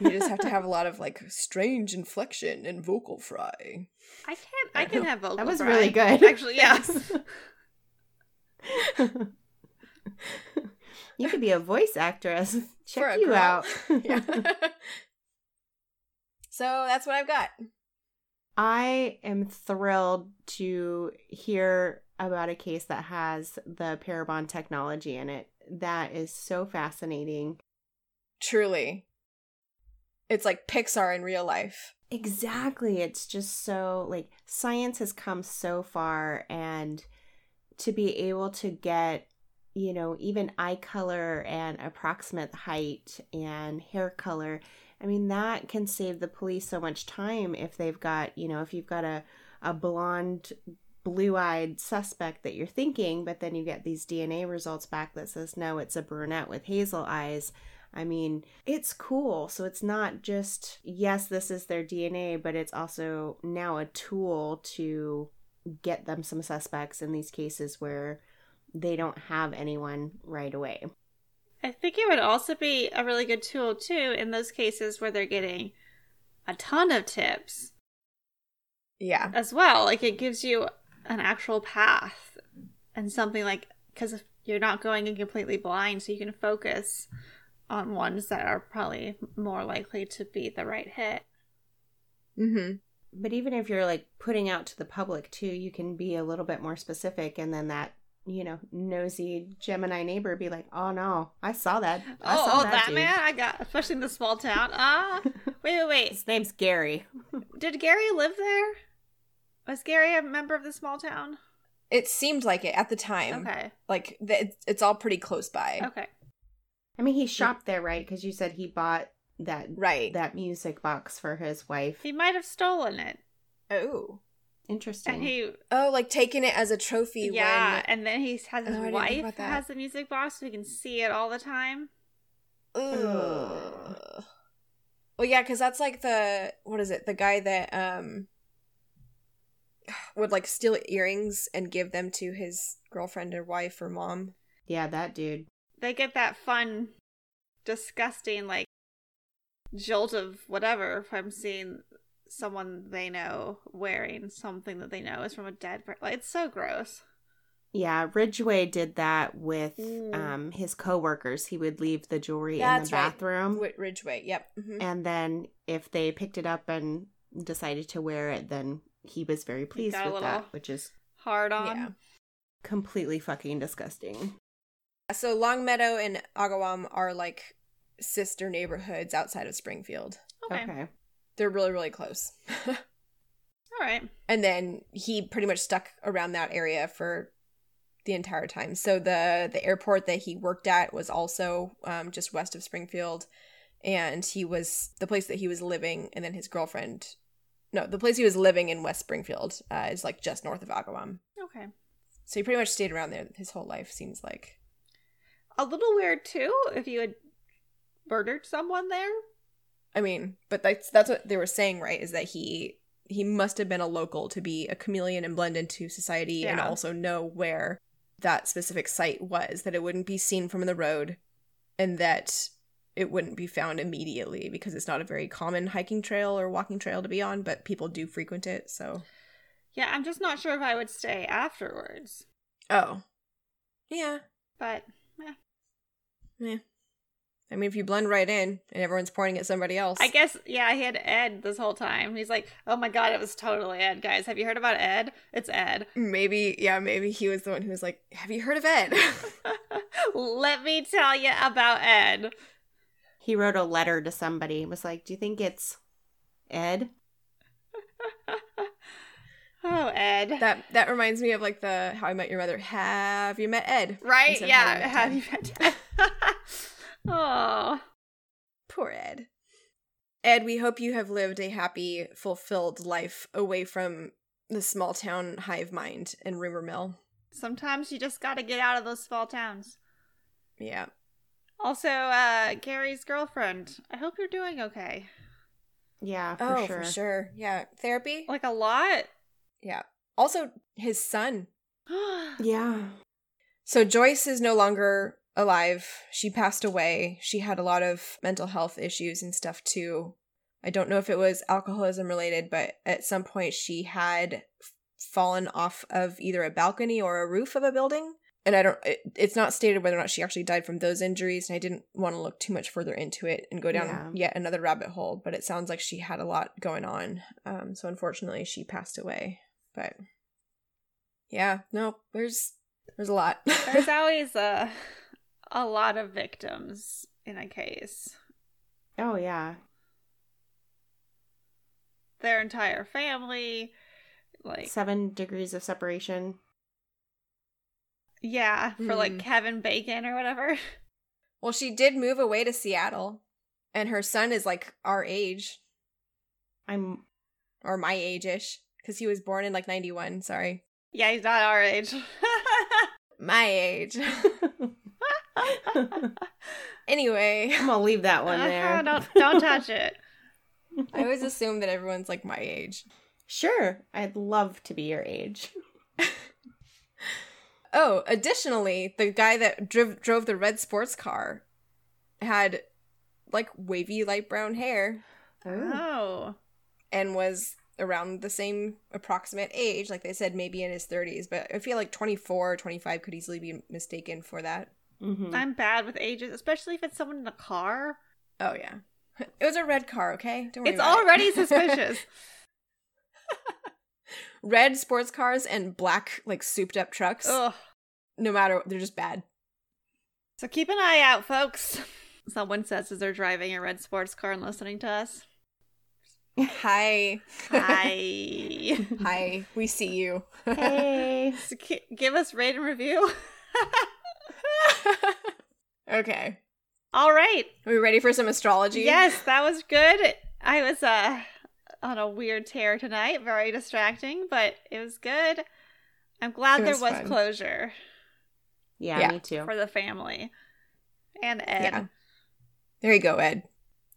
You just have to have a lot of like strange inflection and vocal fry. I can't. I can have vocal. That was fry. really good. Actually, yes. you could be a voice actress. For a Check you girl. out. Yeah. so that's what I've got. I am thrilled to hear about a case that has the Parabon technology in it. That is so fascinating. Truly. It's like Pixar in real life. Exactly. It's just so like science has come so far and to be able to get, you know, even eye color and approximate height and hair color. I mean, that can save the police so much time if they've got, you know, if you've got a a blonde blue-eyed suspect that you're thinking, but then you get these DNA results back that says no, it's a brunette with hazel eyes. I mean, it's cool. So it's not just, yes, this is their DNA, but it's also now a tool to get them some suspects in these cases where they don't have anyone right away. I think it would also be a really good tool, too, in those cases where they're getting a ton of tips Yeah. as well. Like, it gives you an actual path and something like, because if you're not going in completely blind, so you can focus on ones that are probably more likely to be the right hit. Mm-hmm. But even if you're like putting out to the public too, you can be a little bit more specific and then that, you know, nosy Gemini neighbor be like, oh no, I saw that. I oh, saw oh, that dude. man! I got, especially in the small town. Ah, wait, wait, wait. His name's Gary. Did Gary live there? Was Gary a member of the small town? It seemed like it at the time. Okay. Like th- it's- it's all pretty close by. Okay. I mean, he shopped there, right? Because you said he bought that Right. that music box for his wife. He might have stolen it. oh. Interesting. And he Oh, like taking it as a trophy Yeah, when and then he has his Oh, I didn't think wife about who that. has the music box so he can see it all the time. Ugh. Well, yeah, because that's like the what is it? The guy that um would like steal earrings and give them to his girlfriend or wife or mom. yeah, that dude. They get that fun, disgusting like jolt of whatever from seeing someone they know wearing something that they know is from a dead person. Like, it's so gross. Yeah, Ridgway did that with Mm. um his coworkers. He would leave the jewelry in That's the right. bathroom, Wi- Ridgeway. Yep. hmm and then if they picked it up and decided to wear it, then he was very pleased got a with that, little- which is Hard on. Yeah. completely fucking disgusting. So Longmeadow and Agawam are like sister neighborhoods outside of Springfield. Okay. okay. They're really really close. All right. and then he pretty much stuck around that area for the entire time. So the the airport that he worked at was also um, just west of Springfield, and he was the place that he was living, and then his girlfriend, no, the place he was living in West Springfield uh, is like just north of Agawam. Okay. So he pretty much stayed around there his whole life. Seems like A little weird too if you had murdered someone there. I mean, but that's that's what they were saying, right? Is that he he must have been a local to be a chameleon and blend into society and Yeah. also know where that specific site was, that it wouldn't be seen from the road, and that it wouldn't be found immediately because it's not a very common hiking trail or walking trail to be on, but people do frequent it. So, Yeah, I'm just not sure if I would stay afterwards. oh, yeah, But I mean, if you blend right in and everyone's pointing at somebody else, I guess, yeah, he had Ed this whole time. He's like, oh my god, it was totally Ed, guys. Have you heard about Ed? It's Ed. maybe, yeah, maybe he was the one who was like, "Have you heard of Ed?" Let me tell you about Ed. He wrote a letter to somebody. and Was like, "Do you think it's Ed?" Oh, Ed. That that reminds me of like the How I Met Your Mother. Have you met Ed? right? instead of Yeah. How Have I Met you Ted. met Ed? oh, Poor Ed. Ed, we hope you have lived a happy, fulfilled life away from the small town hive mind and rumor mill. sometimes you just got to get out of those small towns. Yeah. Also, uh, Gary's girlfriend. I hope you're doing okay. Yeah, for oh, sure. for sure. Yeah. Therapy. Like a lot. Yeah. Also, his son. Yeah. So Joyce is no longer alive. She passed away. She had a lot of mental health issues and stuff too. I don't know if it was alcoholism related, but at some point she had f- fallen off of either a balcony or a roof of a building. And I don't, it, it's not stated whether or not she actually died from those injuries. And I didn't want to look too much further into it and go down Yeah. yet another rabbit hole, but it sounds like she had a lot going on. Um, so unfortunately, she passed away. But Yeah, no, there's there's a lot. There's always a a lot of victims in a case. Oh yeah. Their entire family, like Seven degrees of separation. yeah, for like Hmm. Mm. Kevin Bacon or whatever. well, she did move away to Seattle, and her son is like our age I'm or my age ish because he was born in like ninety one. Sorry, Yeah, he's not our age. my age. I'm anyway, gonna leave that one there. Uh-huh, don't don't touch it. I always assume that everyone's like my age. Sure, I'd love to be your age. Oh, additionally, the guy that driv- drove the red sports car had like wavy light brown hair Oh. and was around the same approximate age. Like they said, maybe in his 30s, but I feel like 24 or 25 could easily be mistaken for that. Mhm. I'm bad with ages, especially if it's someone in a car. Oh, yeah. It was a red car, okay? Don't worry it's about it. already suspicious. red sports cars and black, like, souped up trucks. Ugh. No matter, they're just bad. So keep an eye out, folks. Someone says as they're driving a red sports car and listening to us. Hi. Hi. Hi. We see you. Hey. So ki- give us rate and review. okay. All right. Are we ready for some astrology? Yes, that was good. I was uh on a weird tear tonight, very distracting, but it was good. I'm glad It there was was fun. closure Yeah, Yeah. me too. for the family and Ed. Yeah. There you go, Ed.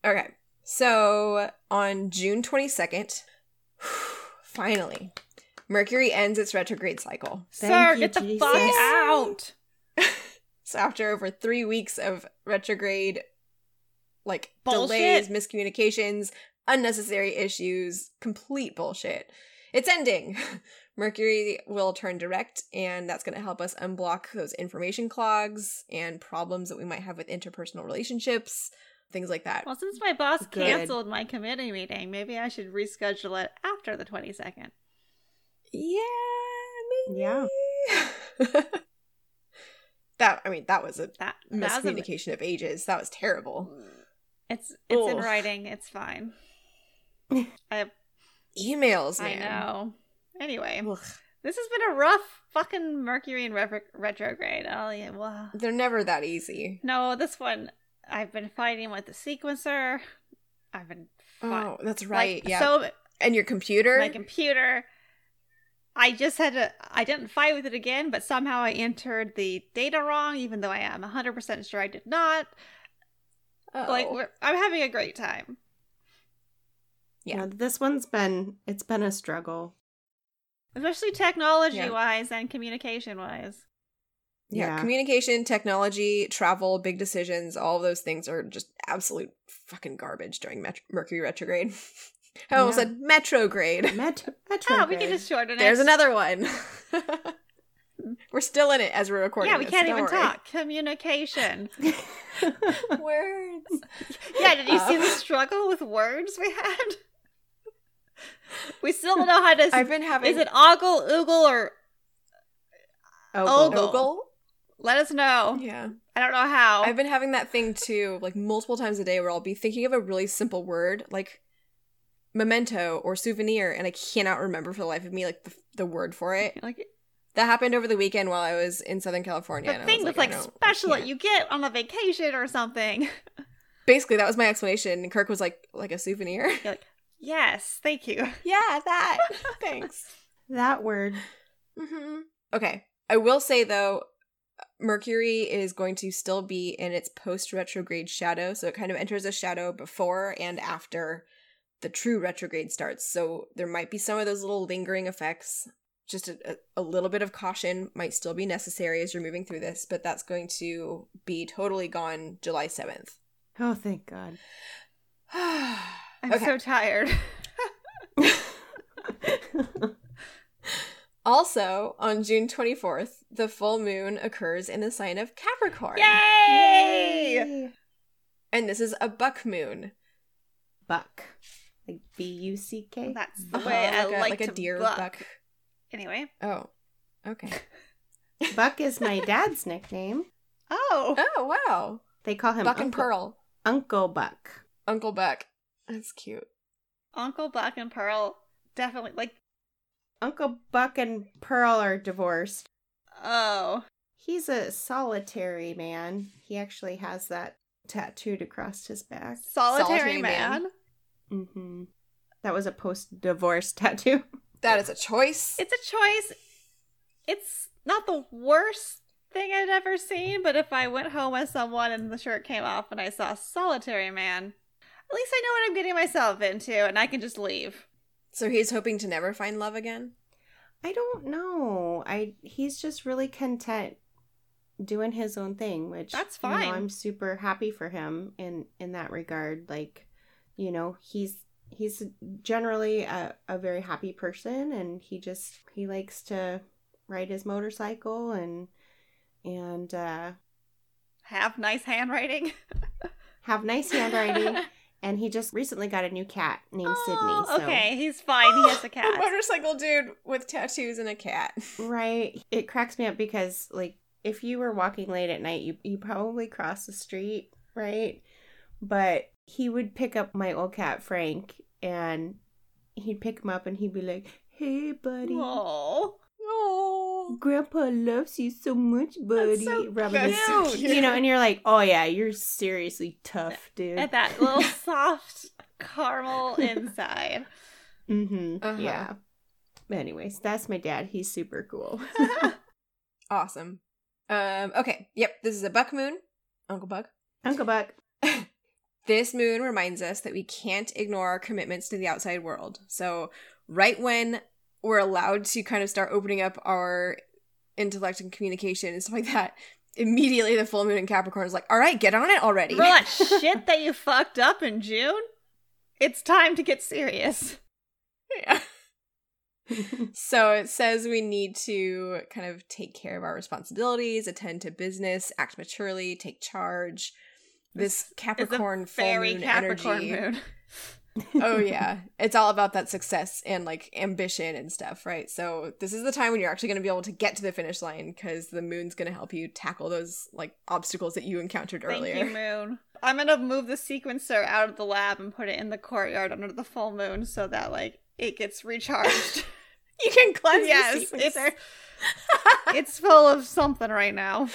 Okay. So on June 22nd, finally, Mercury ends its retrograde cycle. Sir, Thank you, get the fuck Jesus. out. So after over three weeks of retrograde, like Bullshit. delays, miscommunications, unnecessary issues, complete bullshit, it's ending. Mercury will turn direct, and that's going to help us unblock those information clogs and problems that we might have with interpersonal relationships, things like that. Well, since my boss Good. canceled my committee meeting, maybe I should reschedule it after the 22nd. Yeah, Yeah. maybe. that I mean, that was a That, that was a, miscommunication of ages. That was terrible. it's it's in Ugh. writing. It's fine. Emails, I man. know. Anyway, Ugh. this has been a rough fucking Mercury and rev- retrograde. Oh yeah, well, They're never that easy. no, this one I've been fighting with the sequencer. I've been fi- Oh, that's like, right. yeah. so and your computer. my computer. I just had to. I didn't fight with it again, but somehow I entered the data wrong, even though I am 100% sure I did not. oh. Like, we're, I'm having a great time. Yeah. Now, this one's been it's been a struggle. Especially technology wise and communication wise. yeah. yeah. communication, technology, travel, big decisions, all of those things are just absolute fucking garbage during Met- Mercury retrograde. I almost Yeah. said metrograde. Met- Oh, Metro. we can just shorten it. There's another one. we're still in it as we're recording. Yeah, we this, can't don't even worry. talk. Communication. Words. yeah, did you see Um, the struggle with words we had? We still don't know how to. s- I've been having. is it ogle, oogle, or Ogle. Oh, Ogle. Ogle? let us know? Yeah. I don't know how. I've been having that thing too, like multiple times a day, where I'll be thinking of a really simple word, like memento or souvenir, and I cannot remember for the life of me like the, the word for it. like That happened over the weekend while I was in Southern California. and the I thing was that's like, like I don't- I special that can't. you get on a vacation or something. Basically, that was my explanation. And Kirk was like, like a souvenir. Yes, thank you. yeah, that. Thanks. that word. hmm Okay. I will say though, Mercury is going to still be in its post retrograde shadow. So it kind of enters a shadow before and after the true retrograde starts. So there might be some of those little lingering effects. Just a, a- a little bit of caution might still be necessary as you're moving through this, but that's going to be totally gone July 7th. Oh, thank God. I'm Okay. so tired. also, on June 24th, the full moon occurs in the sign of Capricorn. Yay! And this is a buck moon. Buck. Like B U C K. That's the Uh-huh, way I a- like, a to deer buck. Anyway, Oh, Okay. Buck is my dad's nickname. Oh, Oh wow, They call him Buck and Uncle, Pearl, Uncle Buck. Uncle Buck. That's cute. Uncle Buck and Pearl definitely like. Uncle Buck and Pearl are divorced. Oh, He's a solitary man. He actually has that tattooed across his back. solitary, Solitary man. man. Mm-hmm. That was a post-divorce tattoo. That is a choice. It's a choice. It's not the worst thing I'd ever seen, but if I went home with someone and the shirt came off and I saw solitary man, at least I know what I'm getting myself into, and I can just leave. So he's hoping to never find love again. I don't know. I he's just really content doing his own thing, which That's you know, fine. I'm super happy for him in in that regard. Like, you know, he's he's generally a, a very happy person, and he just he likes to ride his motorcycle and and uh, Have nice handwriting. have nice handwriting. and he just recently got a new cat named Oh, Sydney. So. Okay, he's fine. He has a A cat. motorcycle dude with tattoos and a cat. Right. It cracks me up because like if you were walking late at night, you you probably cross the street, right? But he would pick up my old cat Frank and he'd pick him up and he'd be like, "Hey, buddy. Oh, Oh, Grandpa loves you so much, buddy." so Rubbing his- that's so cute. you know, and you're like, "Oh yeah, you're seriously tough, dude." and that little soft caramel inside. mm-hmm. Uh-huh. Yeah. Anyways, that's my dad. He's super cool. awesome. Um. Okay. Yep. This is a buck moon, Uncle Buck. Uncle Buck. This moon reminds us that we can't ignore our commitments to the outside world. So, right when we're allowed to kind of start opening up our intellect and communication and stuff like that, immediately the full moon in Capricorn is like, all right, get on it already. For all that shit that you fucked up in June, it's time to get serious. Yeah. so, it says we need to kind of take care of our responsibilities, attend to business, act maturely, take charge. This It's a Capricorn full very moon Capricorn energy. moon. oh yeah it's all about that success and like ambition and stuff right so this is the time when you're actually going to be able to get to the finish line because the moon's going to help you tackle those like obstacles that you encountered earlier Thank you, Moon. I'm gonna move the sequencer out of the lab and put it in the courtyard under the full moon so that like it gets recharged. You can cleanse the yes, it's sequencer. it's full of something right now.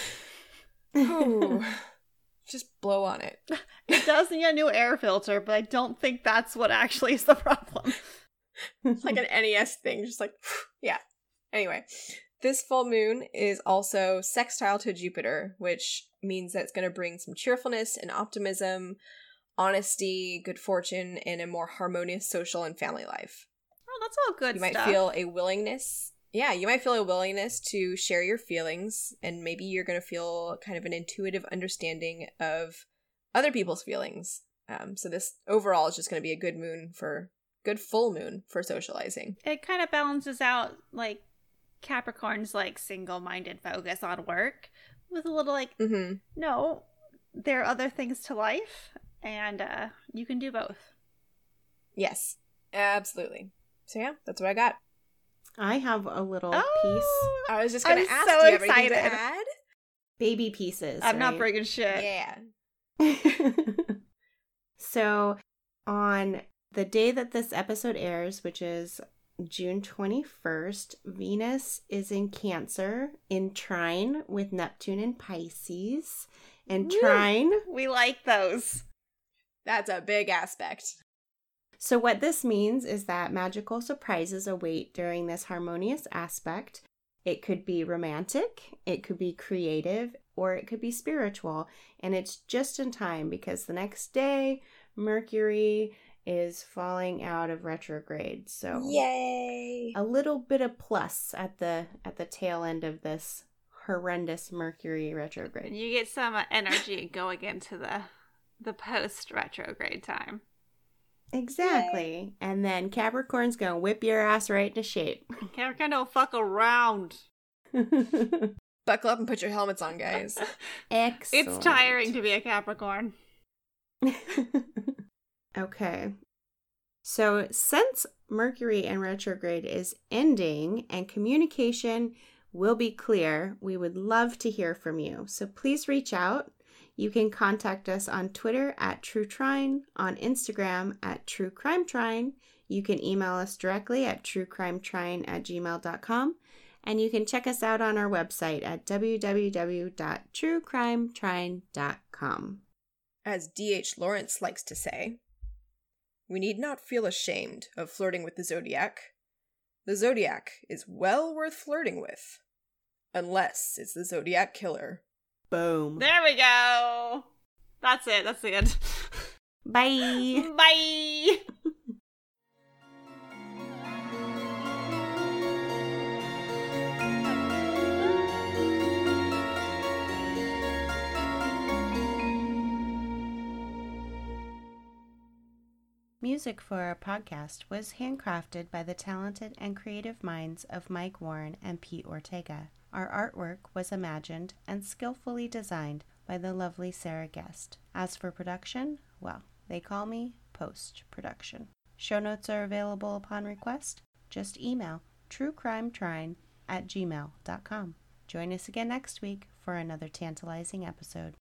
Ooh. just blow on it It does need a new air filter, but I don't think that's what actually is the problem. like an nes thing just like yeah anyway this full moon is also sextile to jupiter which means that it's going to bring some cheerfulness and optimism honesty good fortune and a more harmonious social and family life Oh, that's all good you might stuff. feel a willingness yeah you might feel a willingness to share your feelings and maybe you're going to feel kind of an intuitive understanding of other people's feelings um, so this overall is just going to be a good moon for good full moon for socializing it kind of balances out like Capricorn's like single-minded focus on work with a little like mm-hmm. no, there are other things to life and uh you can do both. yes absolutely so yeah that's what i got I have a little piece, Oh, i was just I'm going to ask so do you have anything to excited. add? baby pieces. I'm not right? breaking shit. yeah so, on the day that this episode airs, which is June 21st, Venus is in Cancer in trine with Neptune in Pisces. And Woo. trine. We like those. that's a big aspect So, what this means is that magical surprises await during this harmonious aspect. It could be romantic, it could be creative, or it could be spiritual. And it's just in time because the next day, Mercury is falling out of retrograde. So, yay a little bit of plus at the at the tail end of this horrendous Mercury retrograde. And you get some uh, energy going into the the post retrograde time. Exactly. And then Capricorn's going to whip your ass right to shape. Capricorn don't fuck around. buckle up and put your helmets on guys Excellent. It's tiring to be a Capricorn. okay. So, since Mercury in retrograde is ending and communication will be clear. We would love to hear from you. So please reach out. You can contact us on Twitter at True Trine, on Instagram at True Crime Trine. You can email us directly at truecrimetrine at gmail.com. And you can check us out on our website at www.truecrimetrine.com. As D.H. Lawrence likes to say, we need not feel ashamed of flirting with the zodiac. The zodiac is well worth flirting with, unless it's the zodiac killer. Boom. There we go. That's it. That's the end. Bye. Bye. Music for our podcast was handcrafted by the talented and creative minds of Mike Warren and Pete Ortega. Our artwork was imagined and skillfully designed by the lovely Sarah Guest. As for production, well, they call me post production. Show notes are available upon request. Just email truecrimetrine at gmail.com. Join us again next week for another tantalizing episode.